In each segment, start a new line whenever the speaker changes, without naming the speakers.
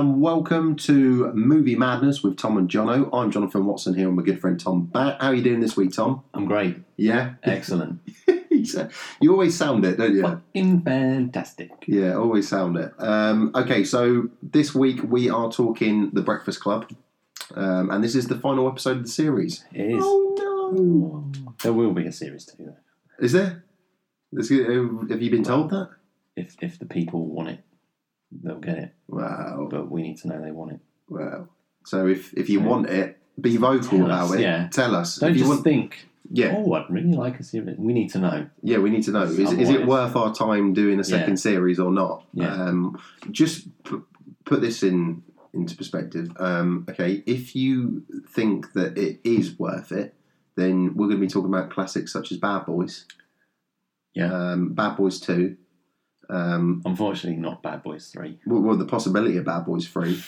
welcome to Movie Madness with Tom and Jono. I'm Jonathan Watson here, and my good friend Tom Bat. How are you doing this week, Tom?
I'm great.
Yeah,
Excellent. Oh,
you always sound it, don't you?
Fucking fantastic.
Yeah, always sound it. Um, okay, so this week we are talking The Breakfast Club, um, and this is the final episode of the series.
It is.
Oh
There will be a series two, though,
no! Is there? Is- um, have you been told that?
if if the people want it, they'll get it.
Wow,
But we need to know they want it.
wow. So if if you
Yeah.
want it, be vocal
Tell
about
us,
it.
yeah.
Tell us.
Don't
if you
just
want,
think.
yeah,
Oh, I'd really like a series. We need to know.
yeah. We need to know: is, is it
Otherwise-
worth our time doing a second series or not?
Yeah.
Um, just p- put this in into perspective. Um, okay, if you think that it is worth it, then we're going to be talking about classics such as Bad Boys,
Yeah.
um, Bad Boys Two. Um,
Unfortunately, not Bad Boys Three.
well, well the possibility of Bad Boys Three,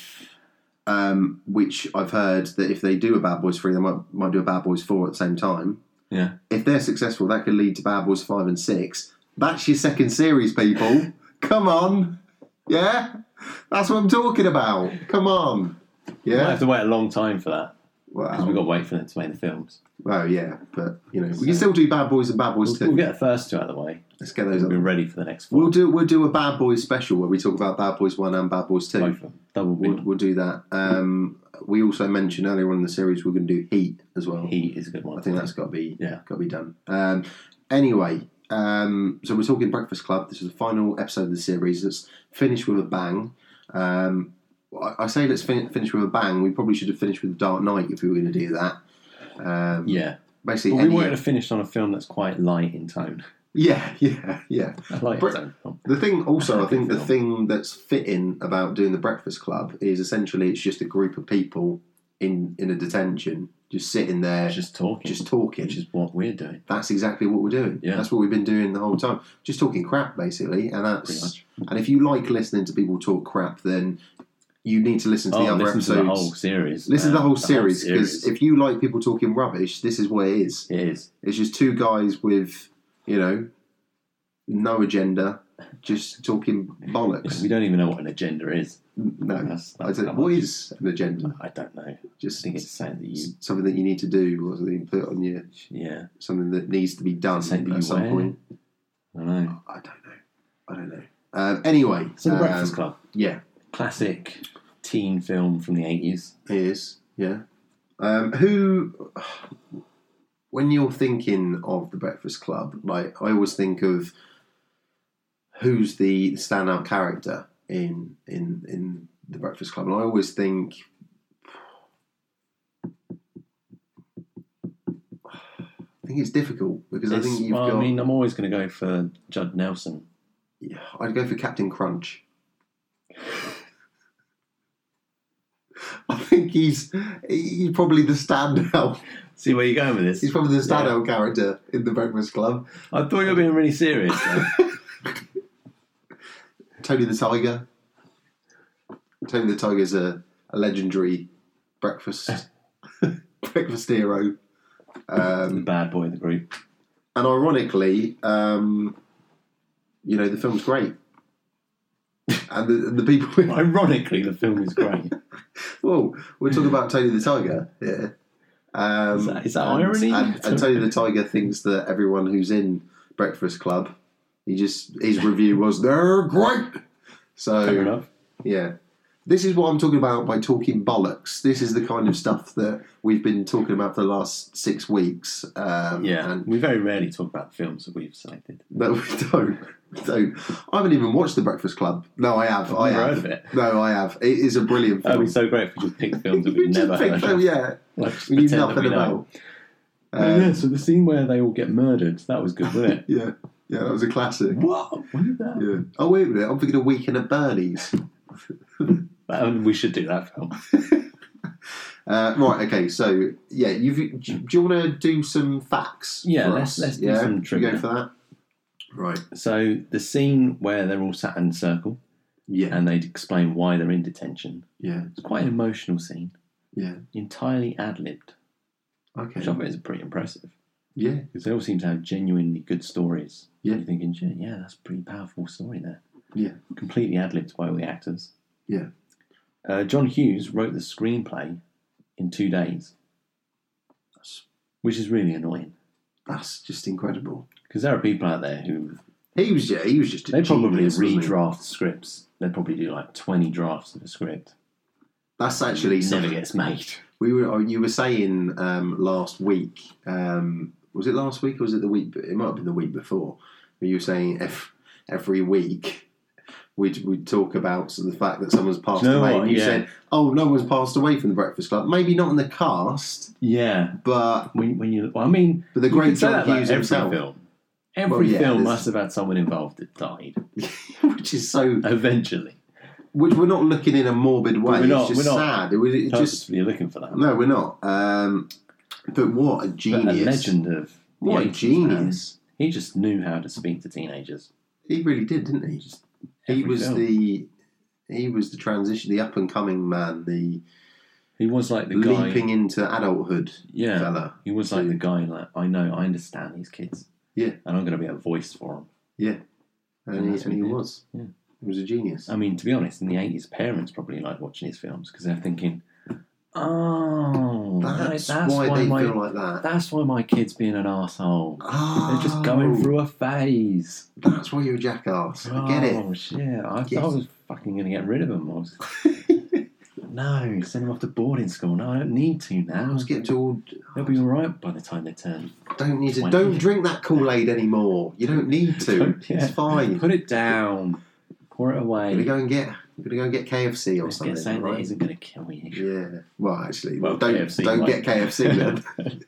um, which I've heard that if they do a Bad Boys Three, they might might do a Bad Boys Four at the same time.
Yeah.
If they're successful, that could lead to Bad Boys Five and Six. That's your second series, people. Come on, yeah, that's what I'm talking about. Come on,
We might
yeah. Oh.
have to wait a long time for that because we've
Wow.
got to wait for them to make the films.
Well, yeah, but you know we
So-
can still do Bad Boys and Bad Boys
We'll, we'll
Two.
get the first two out of the way.
Let's get those.
We'll be
Up.
ready for the next four.
We'll do we'll do a Bad Boys special where we talk about Bad Boys One and Bad Boys Two.
Both of them. Double
We'll,
we'll,
we'll do that. Um, we also mentioned earlier on in the series we're going to do Heat as well.
Heat is a good one.
I think that's got to be
Yeah.
got to be done. Um, anyway, um, so we're talking Breakfast Club. This is the final episode of the series. Let's finish with a bang. Um, I, I say let's fin- finish with a bang. We probably should have finished with Dark Knight if we were going to do that. Um,
Yeah. But
Basically,
we
any-
wanted to finish on a film that's quite light in tone.
yeah, yeah, yeah.
I like
Brit-
tone. film.
The thing, also, I
Happy
think the
film.
thing that's fitting about doing the Breakfast Club is essentially it's just a group of people in in a detention, just sitting there, just,
Just talking.
talking.
which is what we're doing.
that's exactly what we're doing.
Yeah.
That's what we've been doing the whole time, just talking crap, basically. And
Pretty
that's
much.
and if you like listening to people talk crap, then you need to listen to the
Oh,
other
listen
episodes.
to the whole series.
listen to the
man.
whole series because
series.
if you like people talking rubbish, this is what it is.
it is.
It's just two guys with, you know, no agenda, just talking bollocks.
We don't even know what an agenda is.
No.
That's,
I
that's
don't,
how
what
much-
is an agenda?
I don't know. I
Just
think it's saying that you.
something that you need to do or something put on you,
Yeah.
something that needs to be done
Something that
at
you
some
wear.
point.
I don't know.
I don't know. I don't know. Um, anyway.
So, The
um,
Breakfast Club.
Yeah,
Classic teen film from the 80s.
it is. Yeah. Um, who, when you're thinking of the Breakfast Club, like I always think of who's the standout character in in in the Breakfast Club, and I always think I think it's difficult because I
It's-
think you've
well,
got.
I mean, I'm always going to go for Judd Nelson.
Yeah, I'd go for Captain Crunch. I think he's he's probably the standout.
See where you're going with
He's
this.
probably the standout character in the Breakfast Club.
I thought you were being really serious. though.
Tony the Tiger. Tony the Tiger's a, a legendary breakfast breakfast hero.
the
Um,
bad boy of the group.
and ironically, um, you know the film's great, and the, the people in
Ironically, the film is great.
Well, we're talking about Tony the Tiger here. Um,
Is that- is that
and,
irony?
And, and Tony the Tiger thinks that everyone who's in Breakfast Club, he just his review was they're great.
Fair
So
enough.
yeah, this is what I'm talking about by talking bollocks. This is the kind of stuff that we've been talking about for the last six weeks. Um,
Yeah.
and,
we very rarely talk about the films that we've selected.
no, we don't. We don't. I haven't even watched The Breakfast Club. No, I have. I
never
have.
heard of it.
No, I have. It is a brilliant
That would
film.
be so great if we just picked films that
We
we've
just
never
picked
heard
them,
of.
yeah.
Like, just
We knew
pretend that
nothing
we know.
about.
Oh, yeah,
Um,
so the scene where they all get murdered, that was good, wasn't it?
yeah, yeah, that was a classic.
what? When did that?
Yeah. Oh wait a minute, I'm thinking of Weekend at Bernie's.
Um, we should do that film.
Uh, right, okay, so yeah, you've, do, do you want to do some facts?
Yeah,
for
let's-
us?
let's do
yeah?
some
You Go
trivia.
for that. Right.
So the scene where they're all sat in a circle
Yeah.
and they explain why they're in detention.
Yeah.
It's quite an emotional scene,
Yeah.
entirely ad libbed,
Okay.
which I think is pretty impressive
Yeah.
because they all seem to have genuinely good stories.
Yeah.
You're thinking, "Gee, yeah, that's a pretty powerful story there.
Yeah.
Completely ad libbed by all the actors. Uh, John Hughes wrote the screenplay in two days,
That's-
which is really annoying
That's just incredible.
because there are people out there who
He was yeah, he was just a
they probably
genius, wasn't he?
redraft scripts. They probably do like twenty drafts of a script.
That's actually
It never
something
gets made.
we were. oh, You were saying um, last week. Um, was it last week or was it the week? be- It might have been the week before. Where you were saying ev- every week we'd we'd talk about sort of the fact that someone's passed
Do you know
away.
what?
And you
Yeah.
said, "Oh, no one's passed away from the Breakfast Club. Maybe not in the cast,
Yeah,
but
when when you well, I mean,
but the
you
great
could say that
John
about
Hughes
every
himself,
film. Every
Well, yeah,
film
there's-
must have had someone involved that died
which is so
eventually.
which we're not looking in a morbid way.
we're not-
it's just
we're not.
sad. It, was- it just
Just you're looking for that.
no, we're not. Um, but what a genius!
But a legend of the
What a
80s,
genius.
man. He just knew how to speak to teenagers.
He really did, didn't he?
Just
He
every
was
film.
the he was the transition, the up and coming man, the,
he was like the guy.
leaping into adulthood
Yeah,
fella.
he was like the guy. Like I know, I understand these kids.
Yeah.
and I'm going to be a voice for them.
And, he,
that's
and
what
he
he did.
was.
Yeah. Um,
He was a genius.
I mean, to be honest, in the '80s, parents probably like watching his films because they're thinking, "Oh,
that's,
that- that's
why, they
my
feel like that.
that's why my kid's being an asshole.
Oh,
They're just going through a phase."
That's why you're a jackass. I get it.
Oh shit! I,
Yes.
I was fucking gonna get rid of him. I was, no, send him off to boarding school. No, I don't need to
I
now.
was getting too old.
They'll be all right by the time they turn.
Don't need to.
Why
Don't
not?
drink that Kool Aid anymore. You don't need to.
Don't- yeah.
It's fine.
Put it down. Pour it
I'm gonna
away.
go and get. I'm gonna go and get KFC or
Let's
something.
get something that
right?
isn't gonna kill you.
Yeah. Well, actually,
Well,
don't
KFC
don't get
might.
KFC.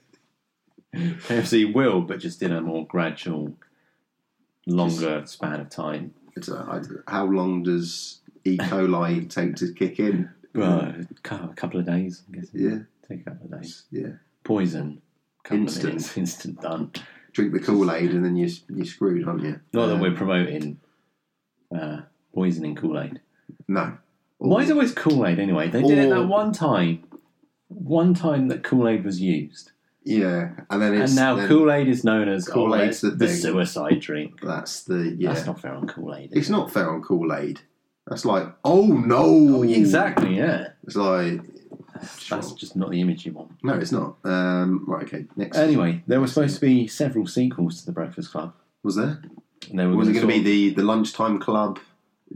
Then.
KFC will, but just in a more gradual, longer span of time.
It's a- I- how long does E. coli take to kick in?
Well, Uh, a cou- a couple of days. I'm guessing.
Yeah.
Take a couple of days.
Yeah.
Poison. Couple of
Instant.
minutes, instant done.
Drink the Kool Aid and then you you screwed, aren't you?
Not that
Um,
we're promoting uh, poisoning Kool Aid.
No.
Why is it always Kool Aid anyway? They did it
Or-
that one time. One time that Kool Aid was used.
Yeah, and then it's
and now
then
Kool Aid is known as oh,
Kool-Aid's
that's
the
the
thing.
suicide drink.
That's the yeah.
That's not fair on Kool Aid.
it's not fair on Kool Aid. That's like oh no.
Exactly, yeah.
It's like
That's,
Sure.
that's just not the image you want.
no, it's not. Um, right. Okay. Next.
Anyway, there were supposed to be several sequels to The Breakfast Club.
was there?
And they were
Was it
gonna
going to be
sort
the the lunchtime club,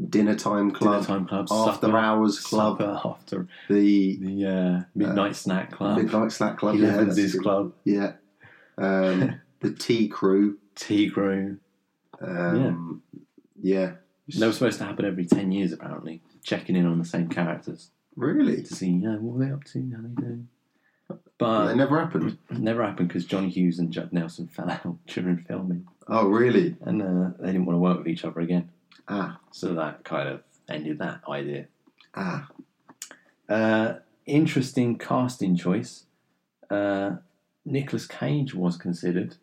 dinner time
of
club,
Dinner Time Club,
after
supper,
hours club,
supper, after
the
the uh, Midnight Snack Club,
midnight snack club, yeah,
Eleven's
that's
is
good.
Club,
yeah, um, the tea crew,
Tea Crew.
um, yeah.
They were supposed to happen every 10 years, apparently, checking in on the same characters
Really,
to see, you know, what are they up to, how they doing.
But
But
that never happened.
it never happened because John Hughes and Judd Nelson fell out during filming
Oh, really?
and uh, they didn't want to work with each other again.
Ah,
So that kind of ended that idea.
ah.
Uh, interesting casting choice. Uh, Nicholas Cage was considered.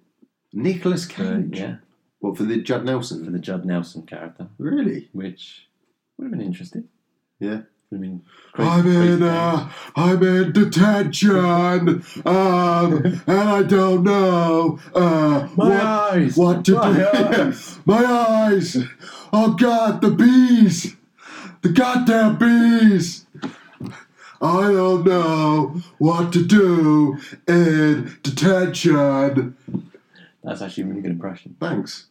Nicholas
For,
Cage.
Uh, yeah,
What for the Judd
for
Nelson?
the Judd Nelson character,
Really?
which would have been interesting.
Yeah.
I mean,
I'm in, uh, I'm in detention, um, and I don't know uh, what
eyes!
What to do? My eyes! Oh God, the bees! The goddamn bees! I don't know what to do in detention.
That's actually a really good impression.
Thanks.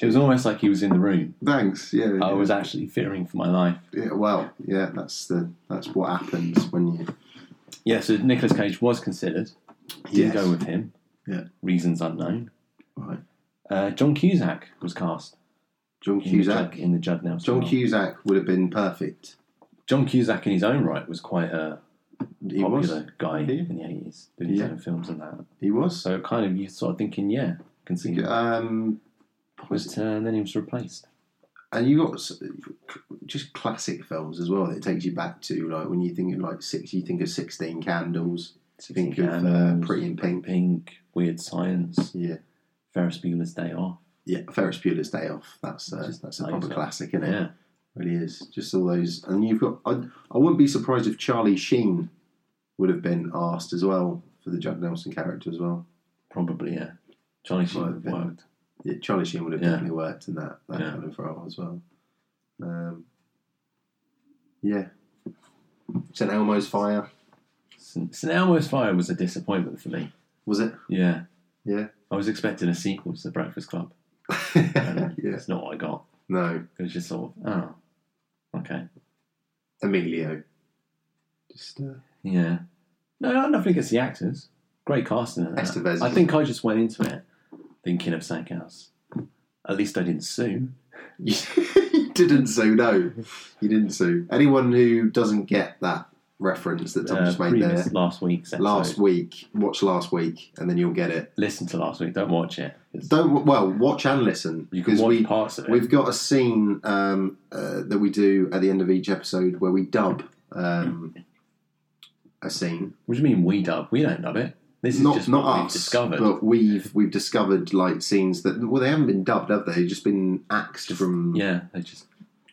It was almost like he was in the room.
Thanks. Yeah.
I was actually fearing for my life.
yeah. Well, yeah. That's the that's what happens when you.
Yeah, so Nicolas Cage was considered. Didn't
Yes.
go with him.
Yeah.
Reasons unknown.
Right.
Uh, John Cusack was cast
John
in the, Judd,
Cusack.
in the Judd Nelson.
John
role.
Cusack would have been perfect.
John Cusack in his own right was quite a
He
popular
was.
guy
Yeah.
in the 80s, did his
Yeah.
own films and that.
He was.
So kind of, you sort of thinking, yeah, can see him.
Um, was
But uh, then he was replaced.
and you got s- just classic films as well that it takes you back to like when you think of like six you think of 16 candles you think of uh,
Candles,
pretty in pink
Pink, Weird Science,
yeah
Ferris Bueller's Day Off.
yeah ferris bueller's day off that's uh,
Just
that's a
like
proper
that.
classic isn't it
Yeah.
really is just all those and you've got I, I wouldn't be surprised if charlie sheen would have been asked as well for the judd nelson character as well
Probably, yeah. Charlie Sheen
Might have been.
worked.
yeah charlie sheen would have
Yeah.
definitely worked in that that
Yeah.
kind of role as well um yeah St Elmo's Fire
St. St. Elmo's Fire was a disappointment for me.
was it?
Yeah.
Yeah.
I was expecting a sequel to The Breakfast Club. and
yeah.
It's not what I got.
No,
It was just sort of, oh, okay.
Emilio. Just uh,
Yeah. No, no, nothing against the actors. Great casting. in that.
Estevez is-
I think I just went into it thinking of something else. At least I didn't sue.
you didn't sue. No, you didn't sue. Anyone who doesn't get that reference that Tom
Uh,
just made
previous-
there
Last week's episode.
last week, watch last week, and then you'll get it.
Listen to last week. Don't watch it. 'cause
Don't well watch and listen
You can
because
watch
we
parts of it.
We've got a scene um, uh, that we do at the end of each episode where we dub um, a scene.
What do you mean we dub? We don't dub it. This is
not
just
not
what
us,
we've discovered.
but we've we've discovered like scenes that well they haven't been dubbed, have they? They've just been axed from.
yeah, they're just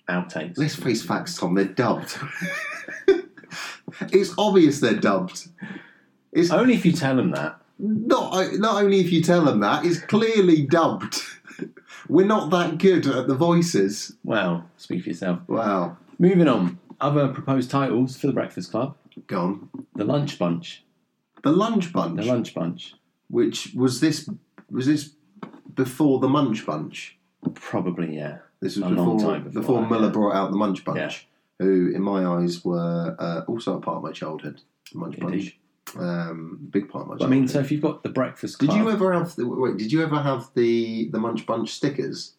outtakes.
Let's face facts, Tom. They're dubbed. it's obvious they're dubbed. It's
Only if you tell them that.
not not only if you tell them that it's clearly dubbed. We're not that good at the voices.
Well, speak for yourself.
Wow,
Moving on. Other proposed titles for The Breakfast Club
gone.
The Lunch Bunch.
The lunch bunch.
The Lunch Bunch.
which was this was this before the Munch Bunch.
Probably, yeah.
This was
A
before,
long time before
before
that,
Miller
yeah.
brought out the Munch Bunch, who in my eyes were uh, also a part of my childhood. The Munch
Indeed.
Bunch, um, big part of my
But I
childhood.
mean, so if you've got The Breakfast
did
Club.
you ever have the, wait? Did you ever have the the Munch Bunch stickers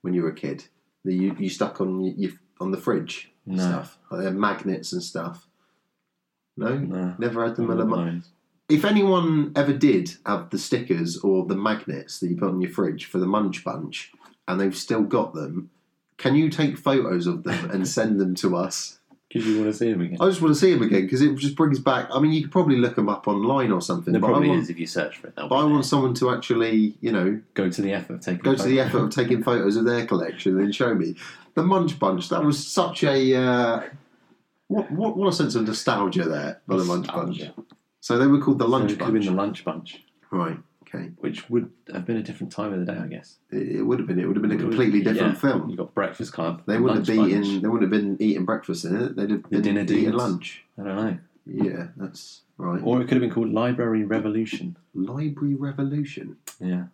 when you were a kid that you, you stuck on y- your on the fridge
No.
stuff, like they had magnets and stuff? No,
No.
never had the
One
Miller.
of
Munch.
those.
If anyone ever did have the stickers or the magnets that you put on your fridge for the Munch Bunch, and they've still got them, can you take photos of them and send them to us?
'Cause you want to see them again.
I just want to see them again because it just brings back. I mean, you could probably look them up online or something.
there
But I,
probably
want,
is if you search for it. they'll
but I
be
want
there.
someone to actually, you know,
Go to the effort of taking
go
a
to
photo.
the effort of taking photos of their collection and show me the Munch Bunch. That was such a uh, what, what what a sense of nostalgia there by the Munch Bunch.
Nostalgia.
So they were called the
So
Lunch
it could have
Bunch,
been the Lunch Bunch,
right? Okay.
which would have been a different time of the day, I guess.
It it would have been. It would have been a completely
Yeah.
different film.
You got Breakfast Club.
They wouldn't have
Lunch
been.
Bunch.
They wouldn't have been eating breakfast in it. They'd have been
dinner
eating
deeds.
lunch.
I don't know.
Yeah, that's right.
Or it could have been called Library Revolution.
Library Revolution.
Yeah.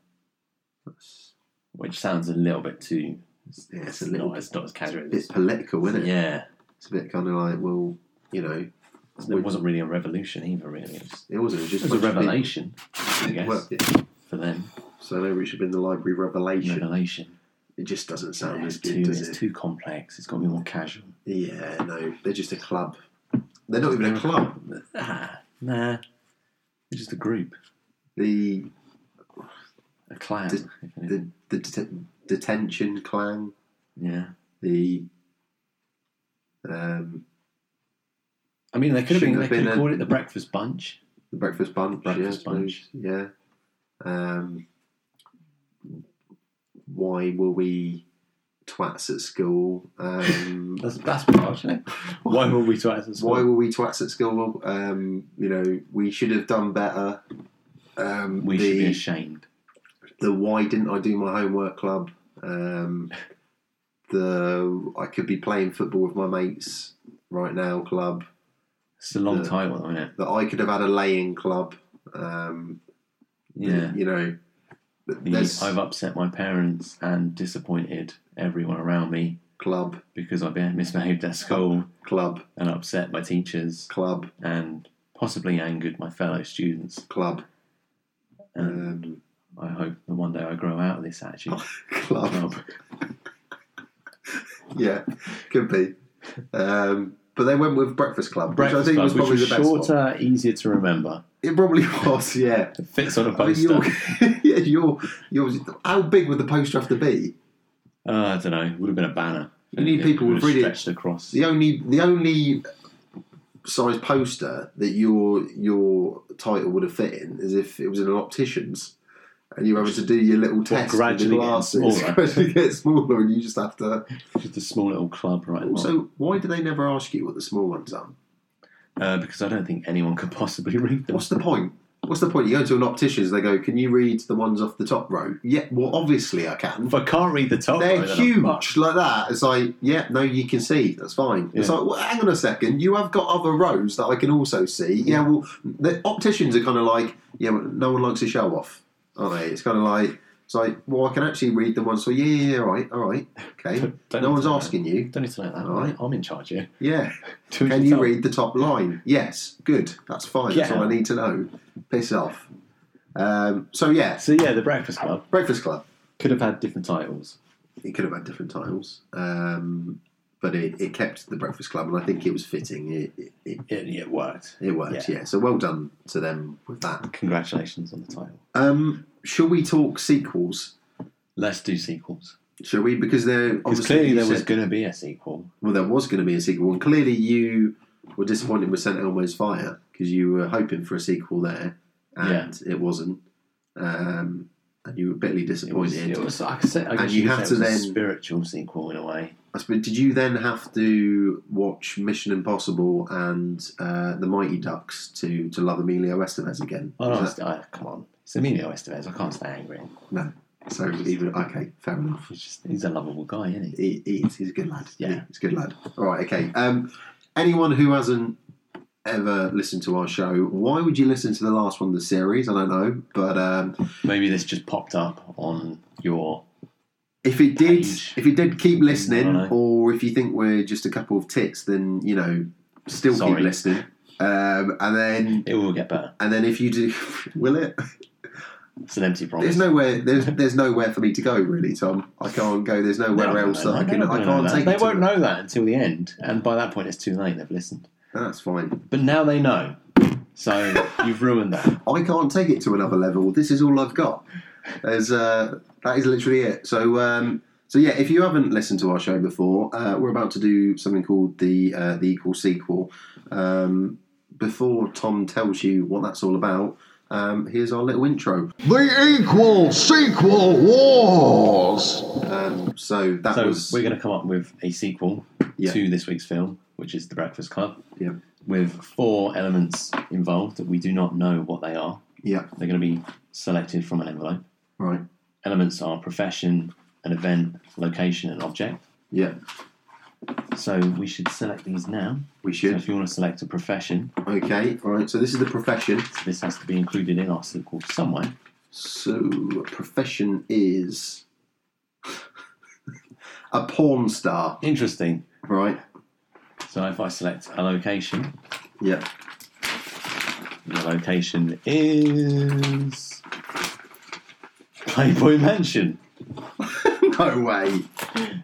That's
Which sounds a little bit too. It's,
Yeah, it's a
not,
little
it's not as casual
a
as.
bit political, isn't it?
Yeah.
It's a bit kind of like, well, you know,
It wasn't really a revolution either, really. It was,
it wasn't. It was
it
just
was a
bunch of people.
revelation, I guess,
Well,
for them.
so maybe it should have been the Library Revelation.
Revelation.
It just doesn't sound
Yeah,
as
it's,
good,
too,
does
it's
it?
too complex. It's got to be more casual.
Yeah, no, they're just a club. They're not even a club.
Ah, nah. It's just a group,
The
a clan.
The-
if anything.
the the det- detention clan.
yeah.
The um,
I mean, they could have been.
Shouldn't
They
have
could
been
have
a-
called it the Breakfast Bunch.
The Breakfast Bunch. yeah, I
Breakfast
suppose,
Bunch.
Yeah. Um, why were we twats at school? Um,
That's that's what I was saying. Why were we twice as
why were we twats at school? Um, you know, we should have done better. Um,
We
the,
should be ashamed.
the why didn't I do my homework club? Um, the I could be playing football with my mates right now club.
It's a long
the-
title, isn't it?
That I could have had a lay-in club. Um,
Yeah.
you know.
The,
There's
I've upset my parents and disappointed everyone around me
club,
because I be- misbehaved at school
club,
and upset my teachers
club,
and possibly angered my fellow students.
club,
And
um,
I hope that one day I grow out of this attitude.
club.
Club.
yeah, could be. Um, but they went with Breakfast Club,
Breakfast
which I think
Club,
was
which
probably
was
the best one.
shorter, easier to remember.
It probably was, yeah.
It fits on a
I mean,
poster.
your, yeah, your, your, how big would the poster have to be?
Uh, I don't know. It would have been a banner.
You need
It
people
would have
with really-
stretched across.
The only, the only size poster that your your title would have fit in is if it was in an optician's, and you were having to do your little test
gradually
with
getting
your glasses,
smaller.
gradually get smaller, and you just have to.
Just a small little club right at the bottom.
Also, why do they never ask you what the small ones are?
uh, because I don't think anyone could possibly read them.
What's the point? What's the point? You go to an optician's, they go, "Can you read the ones off the top row?" Yeah, well, obviously I can.
If I can't read the top,
They're
row, then I'm
huge
fucked.
like that. It's like, yeah, no, you can see. That's fine. It's
Yeah.
like, well, hang on a second. You have got other rows that I can also see. Yeah, well, the opticians are kind of like, yeah, well, no one likes to show off, are they? It's kind of like, it's like, well, I can actually read the ones. So yeah, yeah, yeah, all right, all right, okay.
Don't- don't
no
need
one's
to know.
asking you.
Don't need to know that.
All right.
I'm in charge here.
Yeah.
Do
Can
as
you
told.
read the top line? Yes. Good. That's fine. That's
Yeah.
all I need to know. Piss off. Um, so yeah,
So yeah, the Breakfast Club
Breakfast Club.
could have had different titles.
It could have had different titles, um, but it, it kept the Breakfast Club, and I think it was fitting. It it, it,
It, it worked.
it worked. Yeah. So well done to them with that.
Congratulations on the title.
Um, shall we talk sequels?
Let's do sequels.
Shall we? Because there
Because
obviously
clearly
you
there was
said-
going to be a sequel.
well there was going to be a sequel, and clearly you were disappointed with St Elmo's Fire because you were hoping for a sequel there, and it wasn't. Um, and you were bitterly
It was,
disappointed.
it was I could say, I
And
guess
you
could
have
say it
to
was a
then-
spiritual sequel in a way.
I suppose- Did you then have to watch Mission Impossible and uh, The Mighty Ducks to, to love Emilio Estevez again?
Oh, no,
Is
it's- I- come on. It's Emilio Estevez. I can't stay angry.
that- so even okay, fair enough.
He's just he's a lovable guy, isn't he?
He, he is, he's a good lad.
Yeah.
he's a good lad. All right, okay. Um, anyone who hasn't ever listened to our show, why would you listen to the last one of the series? I don't know, but um,
Maybe this just popped up on your.
if it did,
Page.
if it did, keep
I
listening.
don't know.
Or if you think we're just a couple of tits, then you know, still
Sorry.
keep listening. Um, and then
It will get better.
And then if you do, will it?
It's an empty promise.
There's nowhere. There's there's nowhere for me to go really, Tom. I can't go. There's nowhere
No,
else
no,
that I
no,
can.
no,
I
no,
can't
no.
take.
They
it
won't
to
know that until the end, and by that point, it's too late. They've listened,
That's fine.
but now they know. So you've ruined that.
I can't take it to another level. This is all I've got. There's uh, that is literally it. So um, so yeah, if you haven't listened to our show before, uh, we're about to do something called the uh, the equal sequel. Um, before Tom tells you what that's all about, um, here's our little intro.
The Equal Sequel Wars.
Um, so that
So
was
we're going to come up with a sequel
Yeah.
to this week's film, which is The Breakfast Club,
yeah
with four elements involved that we do not know what they are.
yeah
They're going to be selected from an envelope.
right
Elements are profession, an event, location, and object.
yeah
So we should select these now.
we
So
should.
if you want to select a profession,
Okay, all right. So this is the profession.
this has to be included in our sequel somewhere.
So profession is a porn star,
Interesting.
right?
So if I select a location,
Yeah.
the location is Playboy Mansion.
no way.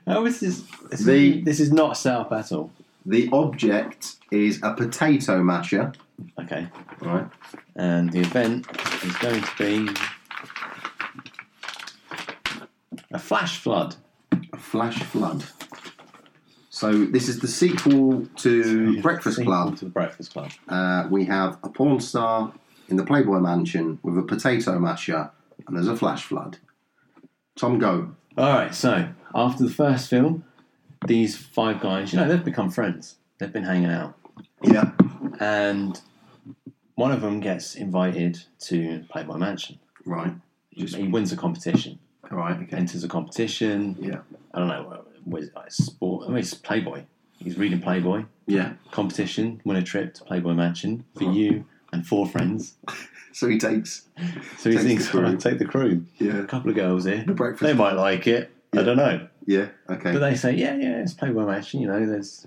Oh, this is this,
The-
is, this is not set up at all.
The object is a potato masher,
Okay,
right?
and the event is going to be a flash flood.
A flash flood. So this is the sequel to Breakfast
Sequel
Club.
To the Breakfast Club.
Uh, we have a porn star in the Playboy Mansion with a potato masher, and there's a flash flood. Tom, go.
All right, so after the first film, these five guys, you know, they've become friends. They've been hanging out,
Yeah.
and one of them gets invited to Playboy Mansion.
Right. Just-
he wins a competition,
All right. Okay.
enters a competition.
Yeah.
I don't know, what is it, like sport? I mean, it's Playboy. He's reading Playboy.
Yeah.
Competition, win a trip to Playboy Mansion for
Right.
you and four friends.
So he takes.
So he
Takes the
thinks,
crew.
"Oh, take the crew.
Yeah.
A couple of girls here.
The breakfast.
They might like it. I
Yeah.
don't know.
Yeah. Okay.
But they say, yeah, yeah, it's Playboy Mansion. You know, there's,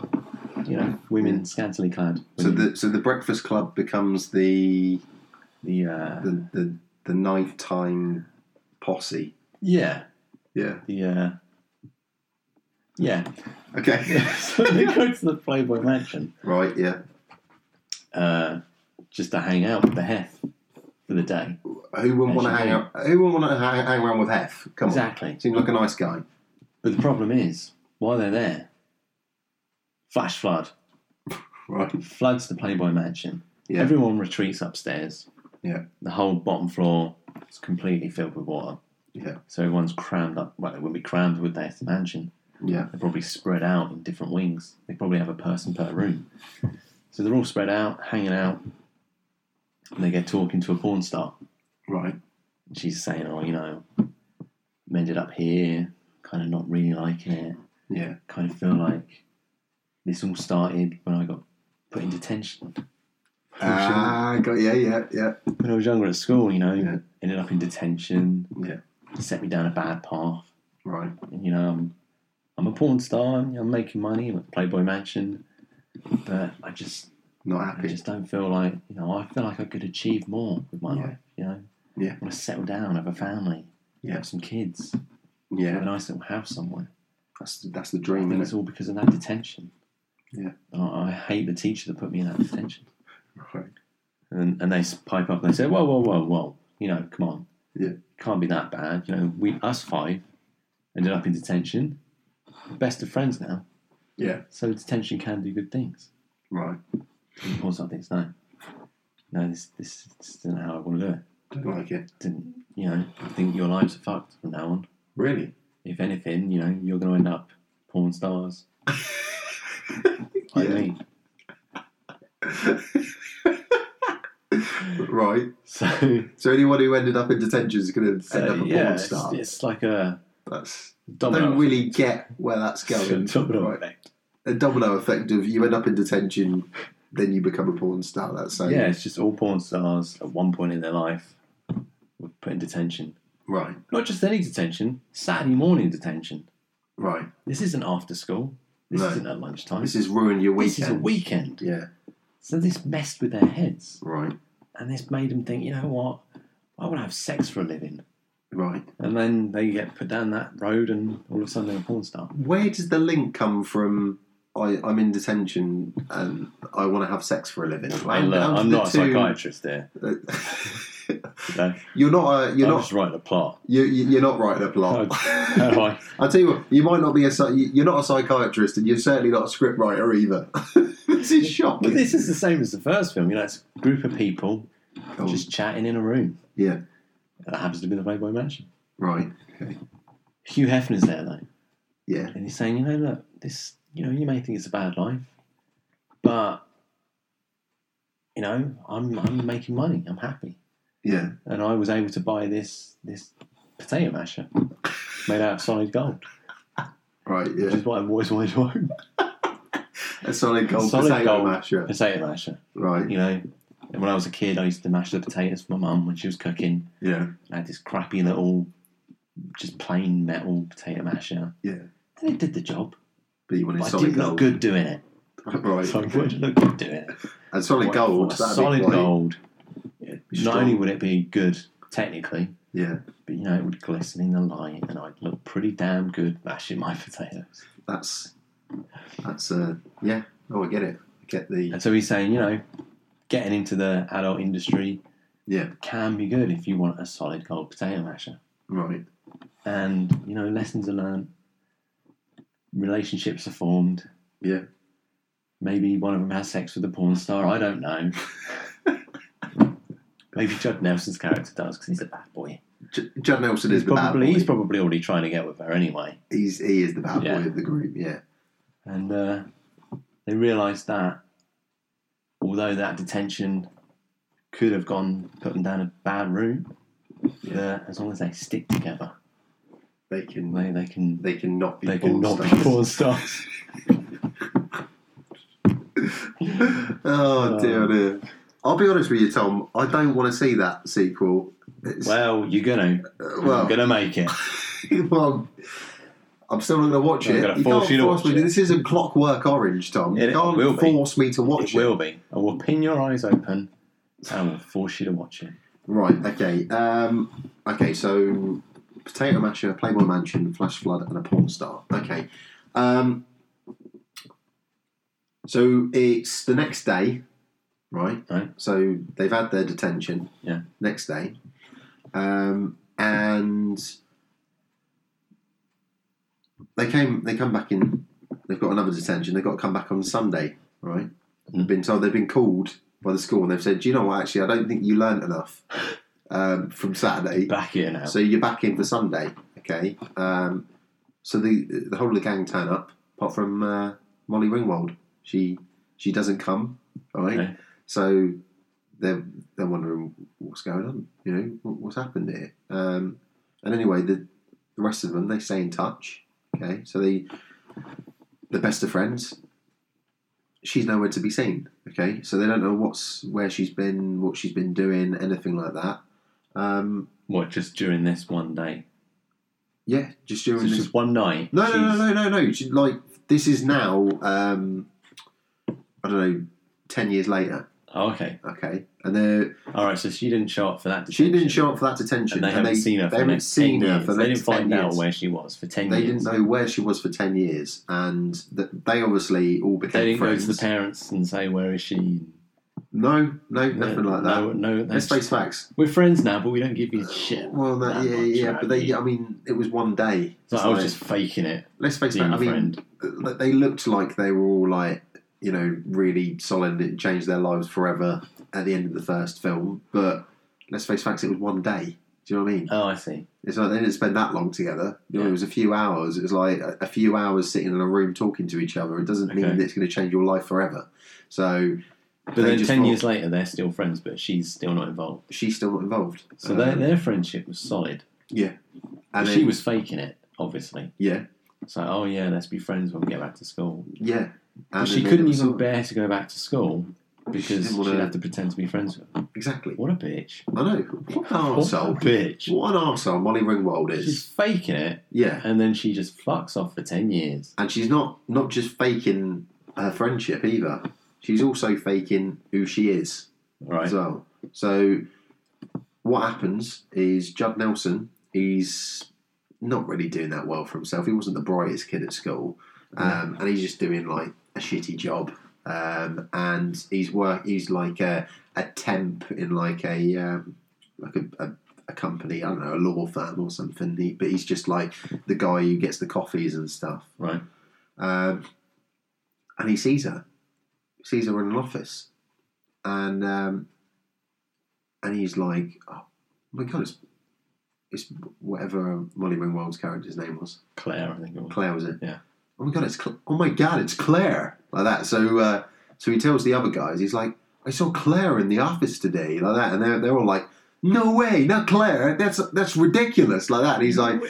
you know, women scantily clad.
so
women.
the so the Breakfast Club becomes the
the uh,
the the, the nighttime posse.
yeah,
Yeah.
the uh, yeah.
Okay.
so they go to the Playboy Mansion.
right. Yeah.
uh, just to hang out with the hef for the day.
Who wouldn't want to
Actually,
hang
yeah.
out? Who wouldn't want to hang, hang around with Hef? Come
Exactly.
on. Seems like a nice guy.
But the problem is, while they're there, flash flood
Right.
floods the Playboy Mansion.
Yeah.
Everyone retreats upstairs.
Yeah.
The whole bottom floor is completely filled with water.
Yeah.
So everyone's crammed up. Well, they wouldn't be crammed with their mansion.
Yeah.
They're probably spread out in different wings. They probably have a person per room. So they're all spread out, hanging out. and they get talking to a porn star.
Right.
And she's saying, "Oh, you know, I ended up here, kind of not really liking it.
Yeah.
Kind of feel like this all started when I got put in detention
Ah,
got, yeah, yeah, yeah.
when I was younger at school. You know,
Yeah.
ended up in detention.
Yeah.
set me down a bad path.
Right.
you know, I'm, I'm a porn star, I'm, I'm making money, I'm at Playboy Mansion, but I just,
Not
I
happy.
just don't feel like, you know, I feel like I could achieve more with my
Yeah.
life, you know.
Yeah.
I want to settle down, have a family,
Yeah.
have some kids, have
yeah.
a nice little house somewhere.
That's the, that's the
I
dream,
think
is
it's all because of that detention.
Yeah.
And I, I hate the teacher that put me in that detention.
Right.
And, and they s- pipe up and they say, whoa, whoa, whoa, whoa, you know, come on.
Yeah.
Can't be that bad. You know, we, us five, ended up in detention. Best of friends now.
Yeah.
So detention can do good things.
Right.
Of course, I think no. No, this, this this isn't how I want to do it.
Don't like it.
Didn't you know? I think your lives are fucked from now on.
Really?
If anything, you know, you're going to end up porn stars. like
Yeah.
me.
Right.
So,
So anyone who ended up in detention is going to end
so,
up a
yeah,
porn
it's,
star.
it's like a
That's I
domino.
don't really get where that's going.
domino
Right.
effect.
A domino effect of you end up in detention, then you become a porn star. That's so
Yeah, it's just all porn stars at one point in their life were put in detention.
right,
Not just any detention, Saturday morning detention.
right.
This isn't after school. This
No.
isn't at lunchtime.
This is ruin your weekend.
This is a weekend.
Yeah,
So this messed with their heads,
right,
and this made them think, you know what? I want to have sex for a living.
right.
And then they get put down that road, and all of a sudden they're a porn star.
Where does the link come from? I, I'm in detention and I want to have sex for a living.
I
How- how
learn,
do
I'm
the
not a psychiatrist there.
two-
You know?
you're not. A, you're
I'm
not.
just writing a plot.
You, you- you're not writing a
How
plot.
how do I?
I tell you what, you might not be a psy- you- you're not a psychiatrist, and you're certainly not a scriptwriter either. this is shocking.
But this is the same as the first film. You know, it's a group of people
Oh,
just chatting in a room.
yeah,
That happens to be the Playboy Mansion.
right. Okay.
Hugh Hefner's there though,
Yeah,
and he's saying, you know, look, this, you know, you may think it's a bad life, but you know, I'm I'm making money. I'm happy.
yeah.
and I was able to buy this this potato masher made out of solid gold,
Right,
which
yeah.
is what I've always wanted to own.
A solid gold
Solid
potato
gold.
masher.
Potato masher,
Right,
you know. And when I was a kid, I used to mash the potatoes for my mum when she was cooking.
yeah.
I had this crappy little, just plain metal potato masher.
Yeah.
And it did the job.
But you wanted
But I didn't
solid
look
gold.
good doing it.
Right.
So I wouldn't look good doing it.
And solid
Like,
gold.
for a
that'd
solid
be quite,
gold. Not
strong.
only would it be good technically,
Yeah,
but you know, it would glisten in the light and I'd look pretty damn good mashing my potatoes.
that's that's uh yeah. Oh, I get it. I get the
And so he's saying, you know, getting into the adult industry
yeah.
can be good if you want a solid gold potato masher.
Right.
And, you know, lessons are learned, relationships are formed.
Yeah.
Maybe one of them has sex with a porn star, I don't know. Maybe Judd Nelson's character does because he's a bad boy.
J- Judd Nelson
He's
is the
probably, he's
bad boy.
probably already trying to get with her anyway.
He's he is the bad
Yeah.
boy of the group. Yeah.
And uh, they realised that although that detention could have gone put them down a bad route, uh, as long as they stick together,
They can
they, they can
they can not be
they
porn
can not be
stars.
porn stars.
Oh dear,
Um,
dear. I'll be honest with you, Tom. I don't want to see that sequel. It's, uh,
well, you're gonna
well,
you're gonna make it.
well, I'm still not going to watch
I'm
it.
gonna
you
force
can't
you to
force
watch
me.
it.
This isn't Clockwork Orange, Tom.
It-
you
it
can't
will be.
force me to
It
watch it.
will be. I will pin your eyes open and I will force you to watch it.
Right. Okay. Um, okay. So, Potato Masher, Playboy Mansion, Flash Flood, and a porn star. Okay. Um, so it's the next day, right?
Right.
So they've had their detention.
Yeah.
Next day, um, and they came. They come back in. They've got another detention. They've got to come back on Sunday, right?
Mm-hmm.
They've been told they've been called by the school, and they've said, "Do you know what? Actually, I don't think you learnt enough um, from Saturday,
Back here now.
so you're back in for Sunday." Okay. Um, so the the whole of the gang turn up, apart from uh, Molly Ringwald. She she doesn't come. All right.
Okay.
So they're they're wondering what's going on. You know, what, what's happened here. Um, and anyway, the the rest of them they stay in touch. Okay, so they the best of friends. She's nowhere to be seen. Okay, so they don't know what's where she's been, what she's been doing, anything like that. Um,
What, just during this one day?
yeah, just
So
during
it's
this
just one night.
No, no,
she's-
no, no, no, no. She- Like this is now. Um, I don't know. Ten years later,
Oh, okay.
okay, and they
All right, so she didn't show up for that.
she didn't
detention,
show up for that detention,
And they haven't seen her
They
for the
haven't
next
seen
10
her
years.
for the
They
next
didn't find
10
out
years.
where she was for 10
They
years.
didn't know where she was for ten years, and th they obviously all became
They didn't go
friends.
to the parents and say, where is she?
no, no, nothing
No,
like that.
No, no,
Let's
that's-
face facts.
We're friends now, but we don't give you shit.
Well, no,
That
yeah,
much,
yeah,
right?
but they. I mean, it was one day.
So
It's
I was
like-
just faking it.
let's face
being
facts. I
a
mean,
friend.
like, they looked like they were all like you know really solid and it changed their lives forever at the end of the first film but let's face facts it was one day do you know what I mean?
Oh, I see.
It's like they didn't spend that long together. You know,
Yeah.
It was a few hours. It was like a, a few hours sitting in a room talking to each other. It doesn't mean
Okay.
that it's going to change your life forever. So,
But
They
then
just
10
thought-
years later, they're still friends, but she's still not involved.
she's still not involved.
So
Um,
their, their friendship was solid.
and
she
then-
was faking it, obviously.
yeah,
So, oh, yeah, let's be friends when we get back to school.
yeah.
But
And
she
then
couldn't
it was
even
sort of-
bear to go back to school because
didn't
she'd
wanna-
have to pretend to be friends with her.
exactly.
What a bitch.
I know. What an
What a
arsehole.
bitch.
What an arsehole Molly Ringwald
She's
is.
faking it,
Yeah.
and then she just fucks off for 10 years.
and she's not not just faking her friendship either. She's also faking who she is
Right.
as well. So what happens is Judd Nelson. He's not really doing that well for himself. He wasn't the brightest kid at school, um, and he's just doing like a shitty job. Um, and he's work. He's like a, a temp in like a um, like a, a, a company. I don't know a law firm or something. He, but he's just like the guy who gets the coffees and stuff.
right.
Um, and he sees her, sees her in an office, and um, and he's like, "Oh my god, it's, it's whatever Molly Ringwald's character's name was.
Claire, I think it was.
Claire was it?
Yeah.
Oh my god, it's Cl- oh my god, it's Claire like that. So uh, so he tells the other guys, he's like, I saw Claire in the office today like that, and they're they're all like. No way, not Claire. That's that's ridiculous, like that. And he's like,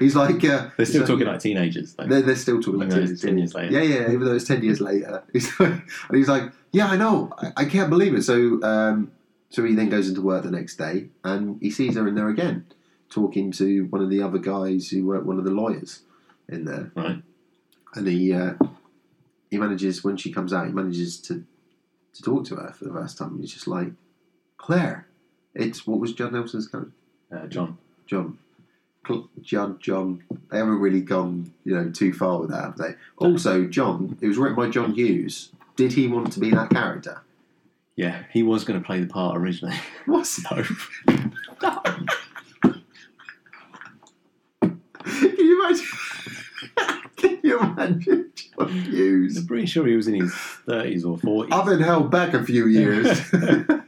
he's like, uh,
They're still
he's
talking like teenagers, though.
they're, they're still talking
Even
about
though
ten,
it's 10 years later.
Yeah, yeah, even though it's 10 years later. He's like, and he's like, yeah, I know. I, I can't believe it. So, um, so he then goes into work the next day and he sees her in there again, talking to one of the other guys who were one of the lawyers in there.
Right.
And he, uh, he manages, when she comes out, he manages to, to talk to her for the first time. He's just like, Claire, it's what was John Nelson's character?
Uh, John.
John, Cl- John, John. They haven't really gone, you know, too far with that, have they? Also, John. It was written by John Hughes. Did he want to be that character?
Yeah, he was going to play the part originally.
What's that?
no.
Can you imagine? Can you imagine John Hughes?
I'm pretty sure he was in his 30s or 40s.
I've been held back a few years.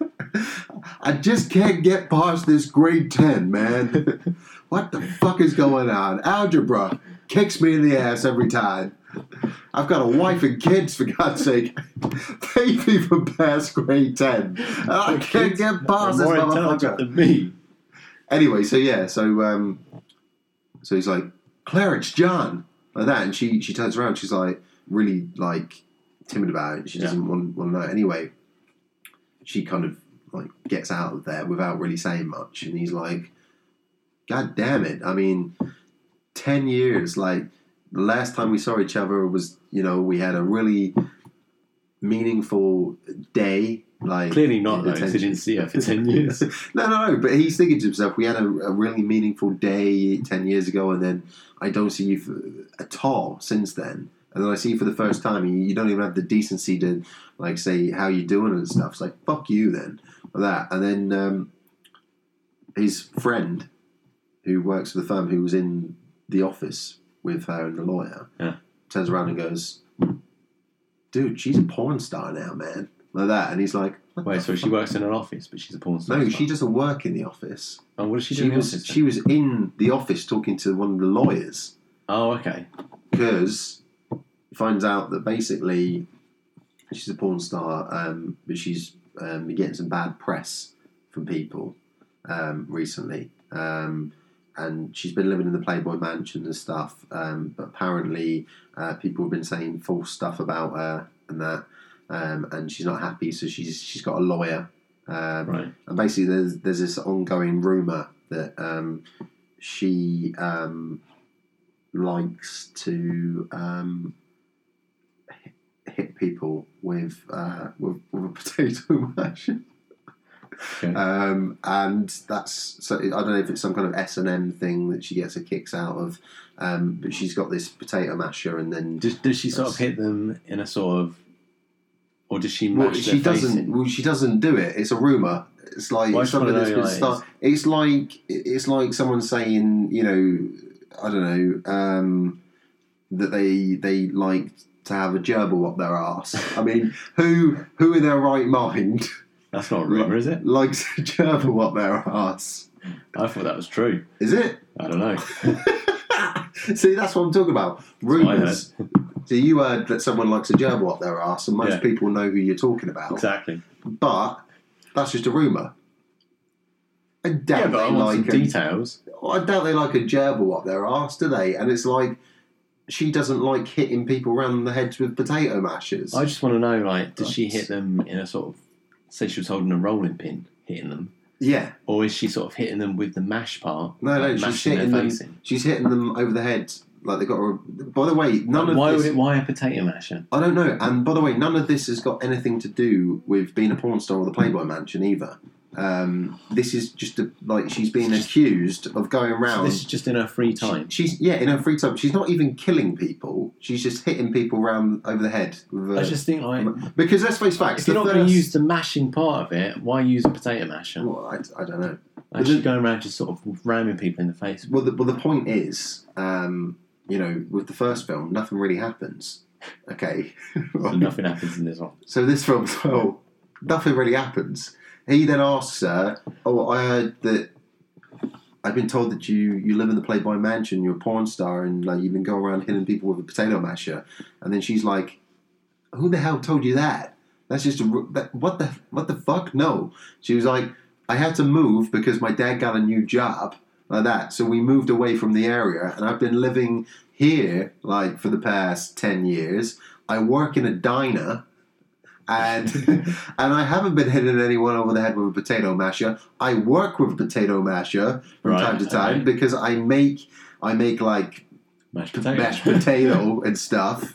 I just can't get past this grade 10, man. What the fuck is going on? Algebra kicks me in the ass every time. I've got a wife and kids, for God's sake. Pay me for past grade 10. And I can't get past this
more intelligent
motherfucker.
than me.
Anyway, so yeah, so um, so he's like, Claire, it's John. Like that. And she, she turns around. She's like, really, like, timid about it. She
Yeah.
doesn't want, want to know. Anyway, she kind of like gets out of there without really saying much, and he's like, "God damn it! I mean, ten years. Like the last time we saw each other was, you know, we had a really meaningful day. Like
Clearly not, though,
attention.
because he didn't see her for 10 years.
No, no, no. But he's thinking to himself, we had a, a really meaningful day 10 years ago, and then I don't see you for, at all since then. And then I see you for the first time, and you don't even have the decency to, like, say how you doing and stuff. It's like, fuck you then. Or that. And then um, his friend, who works for the firm, who was in the office with her and the lawyer,
Yeah.
turns around and goes, dude, she's a porn star now, man. Like that. And he's like, "What
Wait,
the
so she works in an office, but she's a porn star.
no,
as
she
well.
doesn't work in the office.
Oh, what does she
She,
do? in the
was
office then?
she was in the office talking to one of the lawyers
Oh, okay.
because finds out that basically she's a porn star, um, but she's um, been getting some bad press from people um, recently, um, and she's been living in the Playboy Mansion and stuff. Um, but apparently, uh, people have been saying false stuff about her and that, um, and she's not happy, so she's she's got a lawyer. Um,
Right.
and basically, there's there's this ongoing rumor that um, she um, likes to um, hit- hit people with uh, with, with a potato mash.
Okay.
Um, and that's so I don't know if it's some kind of S and M thing that she gets her kicks out of, um, but she's got this potato masher, and then
Does, does she sort of hit them in a sort of, or does she match
well, she
their face
doesn't.
in-
Well, she doesn't do it. It's a rumor. It's like
Well, I
it's
just wanna
something that's
know,
been
like,
start. It's like it's like someone saying, you know, I don't know, um, that they they like to have a gerbil up their arse. I mean, who who in their right mind
That's not rumor, is it?
likes a gerbil up their arse?
I thought that was true.
Is it?
I don't know.
See, that's what I'm talking about.
I
Rumors. So you heard that someone likes a gerbil up their arse, and most
Yeah.
people know who you're talking about.
Exactly.
But that's just a rumor. I doubt
Yeah, but I
they
want some
like. A,
details.
I doubt they like a gerbil up their arse, do they? And it's like she doesn't like hitting people around the heads with potato mashers.
I just want to know, like, did she
Right.
hit them in a sort of, say she was holding a rolling pin, hitting them,
yeah,
or is she sort of hitting them with the mash part?
no, no,
like,
she's
mashing
hitting
their
them.
face in?
She's hitting them over the head like they got. A, by the way, none of
why,
this.
would it- why a potato masher?
I don't know. And by the way, none of this has got anything to do with being a porn star or the Playboy Mansion either. Um, this is just a, like she's being accused of going
So
around.
this is just in her free time.
She- she's yeah, in her free time. She's not even killing people. She's just hitting people round over the head. With a,
I just think, like,
because let's face facts.
if you're
the
not going to
first-
use the mashing part of it, why use a potato masher?
well, I, I don't know.
Like,
but
she's
the-
going around just sort of ramming people in the face.
Well, the, well, the point is, um, you know, with the first film, nothing really happens. Okay,
So nothing happens in this one.
So this film, well, nothing really happens. He then asks her, "Oh, I heard that I've been told that you you live in the Playboy Mansion. You're a porn star, and like you've been going around hitting people with a potato masher." And then she's like, "Who the hell told you that? That's just a, ru- that, what the what the fuck? No." She was like, "I had to move because my dad got a new job." Like that, so we moved away from the area, and I've been living here like for the past ten years. I work in a diner, and and I haven't been hitting anyone over the head with a potato masher. I work with a potato masher from
Right,
time to time
okay.
because I make I make like
Mashed potato.
mashed potato and stuff,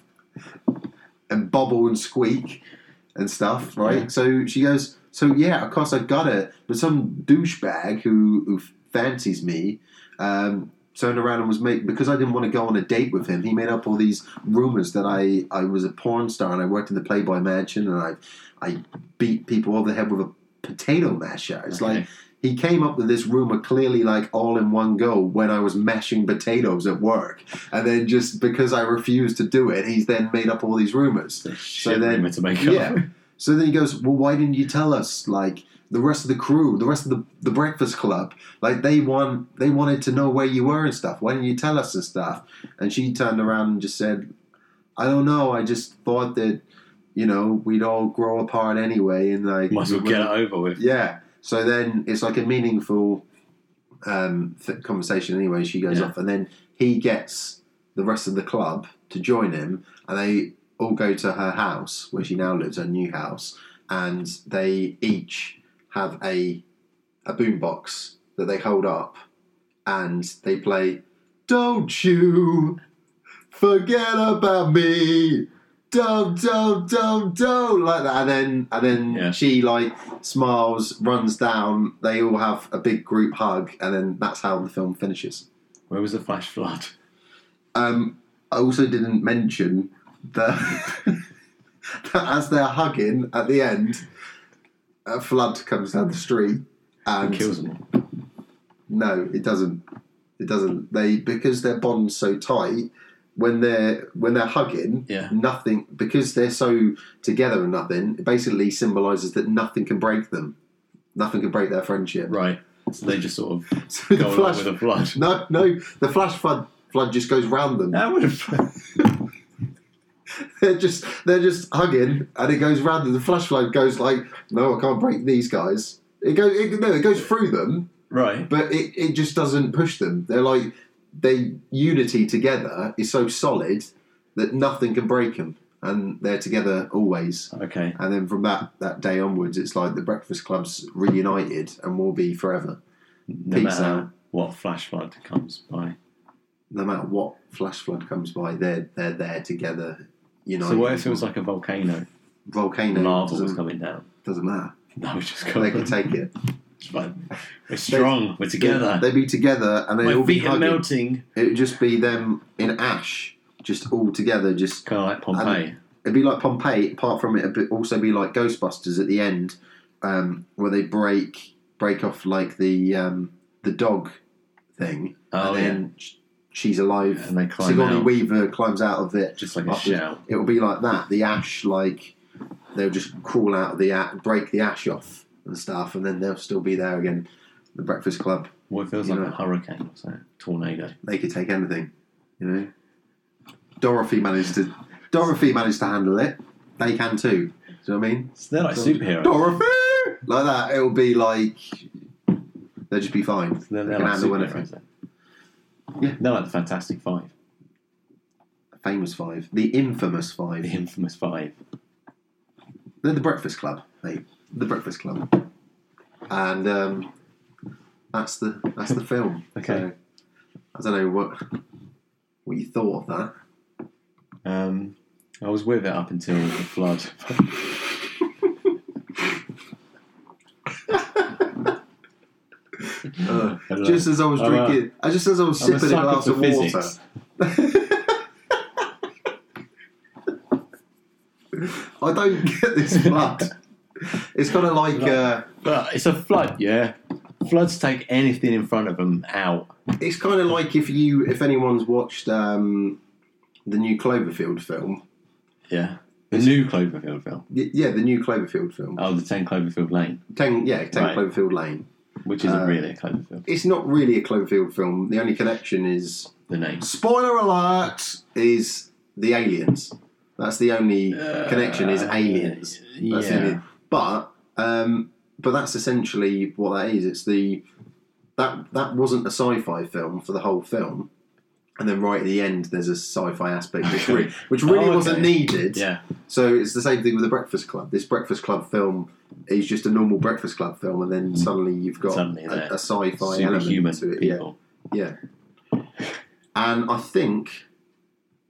and bubble and squeak and stuff, right?
Yeah.
So she goes, so yeah, of course I got it, but some douchebag who who fancies me. Um, Turned around and was made because I didn't want to go on a date with him. He made up all these rumors that I, I was a porn star and I worked in the Playboy Mansion and I I beat people over the head with a potato masher. It's
Okay.
like he came up with this rumor clearly like all in one go when I was mashing potatoes at work, and then just because I refused to do it, he's then made up all these rumors.
Shit
then-
rumor to make up.
Yeah. So then he goes, "Well, why didn't you tell us? Like the rest of the crew, the rest of the, the Breakfast Club, like they want they wanted to know where you were and stuff. Why didn't you tell us and stuff?" And she turned around and just said, "I don't know. I just thought that you know we'd all grow apart anyway, and like
Might as well
we
get it
wouldn't-
over with.
yeah. So then it's like a meaningful um, th- conversation anyway. She goes
Yeah.
off, and then he gets the rest of the club to join him, and they all go to her house where she now lives, her new house, and they each have a a boombox that they hold up, and they play "Don't You Forget About Me." Don't, don't, don't, don't like that, and then and then
Yeah.
she like smiles, runs down. They all have a big group hug, and then that's how the film finishes.
Where was the flash flood?
Um, I also didn't mention that, that as they're hugging at the end, a flood comes down the street and
And kills them.
no, it doesn't. It doesn't. They because their bond's so tight. When they're when they're hugging,
Yeah.
nothing because they're so together and nothing. It basically symbolises that nothing can break them. Nothing can break their friendship.
Right. So they just sort of
So
go
the
along
flash,
with a flood.
no, no, the flash flood flood just goes round them.
That would have.
they're just they're just hugging, and it goes round, and the flashlight goes like, "No, I can't break these guys." It goes it, no, it goes through them,
Right.
but it, it just doesn't push them. They're like they unity together is so solid that nothing can break them, and they're together always.
Okay.
And then from that that day onwards, it's like the Breakfast Club's reunited and will be forever,
No
Peace
matter
out.
what flash flood comes by.
no matter what flash flood comes by. They're they're there together. You know.
So what if it was like a volcano?
volcano?
Lava was
Doesn't,
coming down.
doesn't matter.
No, we just
They
got
can take it.
We're strong. We're together.
They'd be together and they'd all
My
be
feet are
hugging.
melting.
It would just be them in ash, just all together. Just
Kind of like Pompeii.
it'd be like Pompeii. Apart from it, it'd be- also be like Ghostbusters at the end, um, where they break break off like the um, the dog thing,
Oh,
and then sh- she's alive.
And they climb
Sigourney
out.
Weaver climbs out of it.
Just like a
up the-
shell.
It'll be like that. The ash, like they'll just crawl out of the ash, break the ash off and stuff, and then they'll still be there again. The Breakfast Club.
What if it was
You
like
know.
a hurricane or something? Tornado.
they could take anything, you know. Dorothy managed to Dorothy managed to handle it. They can too. Do you know what I mean?
So they're like
So-
superheroes.
Dorothy like that, it'll be like they'll just be fine.
They're,
they
they're
can
like
handle
superheroes.
anything.
Then.
Yeah.
They're like the Fantastic Five,
Famous five. The infamous five.
the infamous five.
They're the Breakfast Club, mate. The Breakfast Club. And um, that's the that's the film. So,
Okay.
I don't know what what you thought of that.
Um, I was with it up until the flood.
Uh,
I don't
just as I was
I'm a-
drinking, I just as I was
I'm a
sipping a,
sucker
glass
for
of
physics.
water. I don't get this flood. it's kind of like uh,
But it's a flood, yeah. Floods take anything in front of them out.
it's kind of like if you if anyone's watched um, the new Cloverfield film.
Yeah. The new Cloverfield film.
Y- yeah, the new Cloverfield film.
Oh, the 10 Cloverfield Lane,
Ten, yeah, Ten
Right.
Cloverfield Lane.
which isn't
Uh,
really a Cloverfield.
It's not really a Cloverfield film. The only connection is
The name.
spoiler alert is the aliens. That's the only connection is
Uh,
aliens. That's the
Yeah.
only- but um, but that's essentially what that is. It's the that that wasn't a sci-fi film for the whole film, and then right at the end there's a sci-fi aspect which,
Okay.
re- which really
Oh, okay.
wasn't needed.
Yeah.
So it's the same thing with the Breakfast Club. This Breakfast Club film is just a normal Breakfast Club film, and then suddenly you've got
Suddenly
a,
they're
a sci-fi
Superhuman
element to it. Yeah.
people.
Yeah. And I think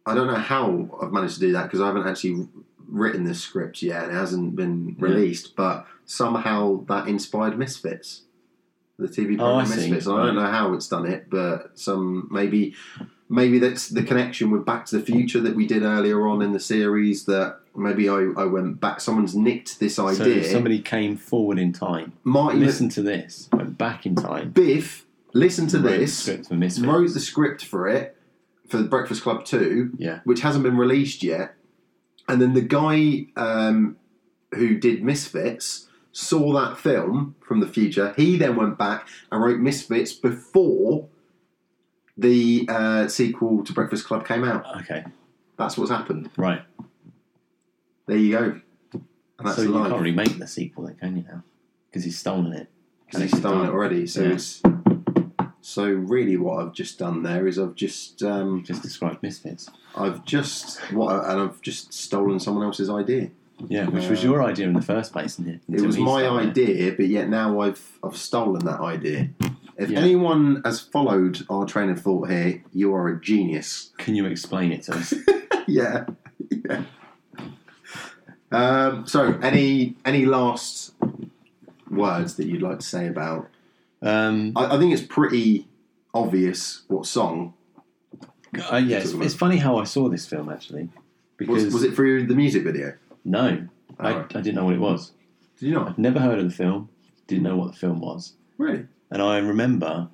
I don't know how I've managed to do that because I haven't actually written this script yet and it hasn't been
Yeah.
released, but somehow that inspired Misfits. The TV
Oh, I
program
see.
Misfits. And I don't know how it's done it, but some maybe maybe that's the connection with Back to the Future that we did earlier on in the series that maybe I, I went back someone's nicked this
So
idea.
somebody came forward in time.
Marty
Listen to this. Went back in time.
Biff, listen to
wrote the
this.
Script for Misfits.
wrote the script for it for Breakfast Club Two,
Yeah.
which hasn't been released yet. And then the guy um, who did Misfits saw that film from the future. He then went back and wrote Misfits before the uh, sequel to Breakfast Club came out.
Okay.
That's what's happened.
Right.
There you go. And that's
so you
live.
can't remake the sequel, then, can you now? Because he's stolen it.
because he's done it already. So
Yeah.
it's so really what I've just done there is I've just um,
Just described Misfits.
I've just what and I've just stolen someone else's idea.
Yeah, which was your idea in the first place, isn't it?
It was
Until he
my
started it.
idea, but yet now I've I've stolen that idea. If
Yeah.
anyone has followed our train of thought here, you are a genius.
Can you explain it to us?
yeah. yeah. Um, so any any last words that you'd like to say about
um,
I, I think it's pretty obvious what song
uh, yeah, it's, it's funny how I saw this film actually. Because
was, was it through the music video?
no, I,
Alright.
I didn't know what it was.
Did you not?
I'd never heard of the film. Didn't know what the film was.
Really?
And I remember,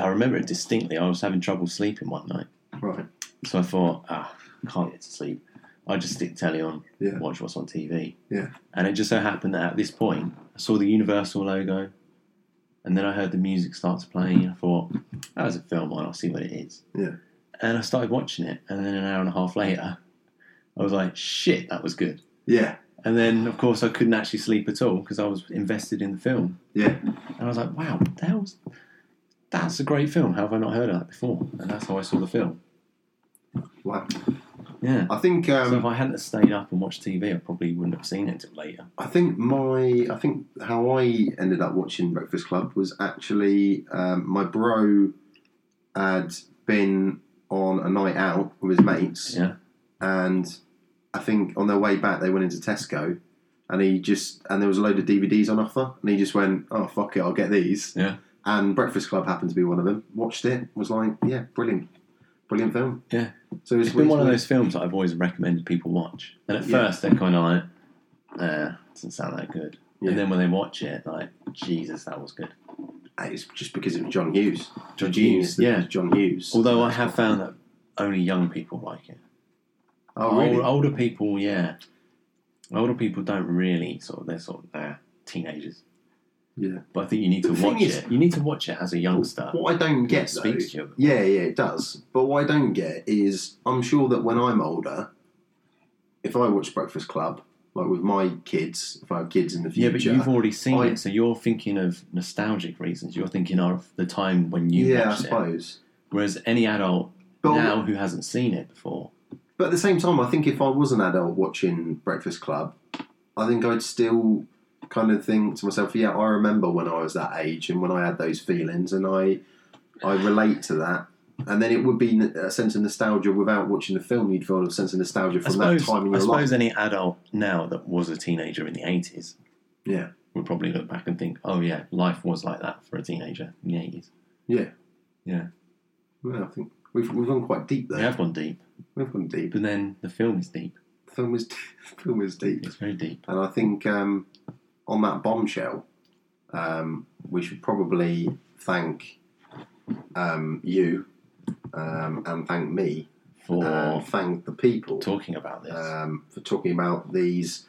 I remember it distinctly. I was having trouble sleeping one night,
Right.
so I thought, ah, I can't get to sleep. I just stick telly on,
Yeah.
watch what's on TV.
Yeah.
And it just so happened that at this point, I saw the Universal logo, and then I heard the music starts playing. And I thought, that was a film on. I'll see what it is.
Yeah.
And I started watching it, and then an hour and a half later, I was like, shit, that was good.
Yeah.
And then, of course, I couldn't actually sleep at all because I was invested in the film.
Yeah.
And I was like, wow, what the hell's, that's a great film. How have I not heard of that before? And that's how I saw the film.
Wow.
Yeah.
I think um,
so if I hadn't have stayed up and watched TV, I probably wouldn't have seen it till later.
I think my I think how I ended up watching Breakfast Club was actually um, my bro had been on a night out with his mates,
Yeah.
and I think on their way back they went into Tesco, and he just and there was a load of DVDs on offer, and he just went, oh fuck it, I'll get these.
Yeah.
And Breakfast Club happened to be one of them. Watched it, was like, yeah, brilliant, brilliant film.
Yeah.
So it was
It's been one of those films that I've always recommended people watch. And at
Yeah.
first, they're kind of like, eh, doesn't sound that good.
Yeah.
And then when they watch it, like, Jesus, that was good.
It's just because it was John Hughes.
John
The
Hughes,
genius that
yeah.
was John Hughes.
Although I have found that only young people like it.
Oh, really?
Old- older people, yeah. Older people don't really sort of they're sort of they're teenagers.
Yeah.
But I think you need to
The thing
watch
is-
it. You need to watch it as a youngster.
What I don't
It
get though,
speaks to you.
yeah, yeah, it does. But what I don't get is, I'm sure that when I'm older, if I watch Breakfast Club, like with my kids, if I have kids in the
Yeah,
future,
but you've already seen
I-
it, so you're thinking of nostalgic reasons. You're thinking of the time when you
yeah, I
watched it.
suppose.
Whereas any adult
But,
now who hasn't seen it before,
but at the same time, I think if I was an adult watching Breakfast Club, I think I'd still kind of think to myself, yeah, I remember when I was that age and when I had those feelings, and I I relate to that. And then it would be n- a sense of nostalgia without watching the film. You'd feel a sense of nostalgia
I
from
suppose,
that time in
I
your life.
suppose any adult now that was a teenager in the 80s
Yeah.
would probably look back and think, oh, yeah, life was like that for a teenager in the 80s.
Yeah.
Yeah.
Well, I think we've, we've gone quite deep there.
They have gone deep,
We've gone deep.
but then the film is deep.
The film is, film is deep.
It's very deep.
And I think um, on that bombshell, um, we should probably thank um, you um, and thank me uh,
for
and thank the people
talking about this.
um, for talking about these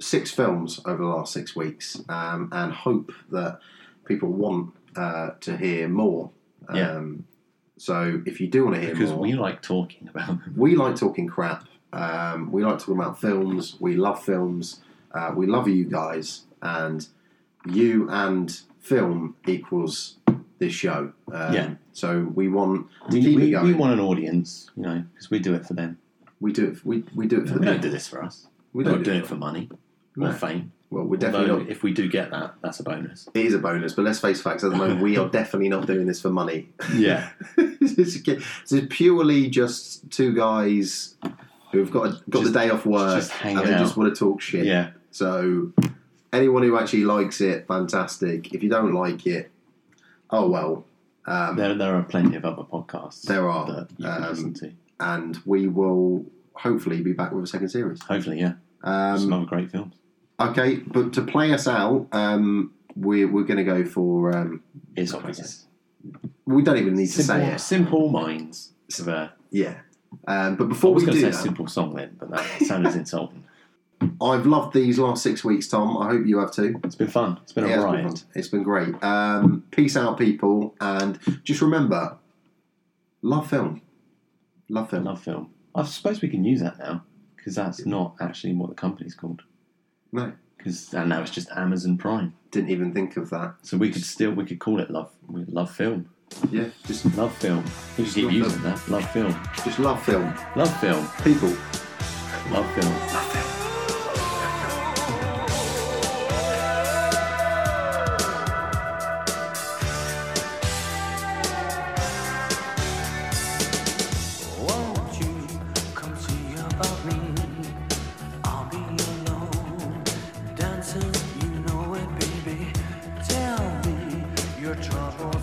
six films over the last six weeks um, and hope that people want uh, to hear more. Um,
Yeah.
So if you do want to hear
because
more,
we like talking about them.
we like talking crap. Um, we like talking about films. We love films. Uh, we love you guys, and you and film equals this show. Um,
Yeah.
So we want to
We,
keep it
we,
going.
we
We,
want an audience, you know, because we do it for them.
do it. We, we do it for
We
the
don't
people.
do this for us.
We
We don't do
it.
it for money
No.
or fame.
Well, we're definitely
Although
not.
if we do get that, that's a bonus.
It is a bonus, but let's face facts. At the moment, we are definitely not doing this for money.
Yeah,
this is purely just two guys who've got a, got
Just-
the day off work
just
and
hanging
they just
out.
want to talk shit.
yeah.
So anyone who actually likes it, fantastic. If you don't like it, oh well. Um,
There, there are plenty of other podcasts.
There are.
that you can
Um,
listen to.
And we will hopefully be back with a second series.
Hopefully, yeah.
Um,
Some other great films.
okay, but to play us out, um, we're, we're going to go for. Um,
It's obvious.
we don't even need to
Simple,
say it.
simple minds. uh, Of a,
Yeah. Um, but
I
before
was
we
going to
do
say
that,
simple song then, but that sounded insulting.
I've loved these last six weeks, Tom. I hope you have too.
It's been fun. It's been
Yeah,
a
it's
riot.
fun. It's been great. Um, peace out, people. And just remember love film. Love
I
film.
love film. I suppose we can use that now because that's not actually what the company's called.
No.
Because and now it's just Amazon Prime.
Didn't even think of that.
So we could still we could call it love we love film
Yeah, just
love film. We just keep
Love
using
Film.
that love film
just love film.
love film
People,
love film.
Won't you come see about me? I'll be alone, dancing, you know it, baby. Tell me your trouble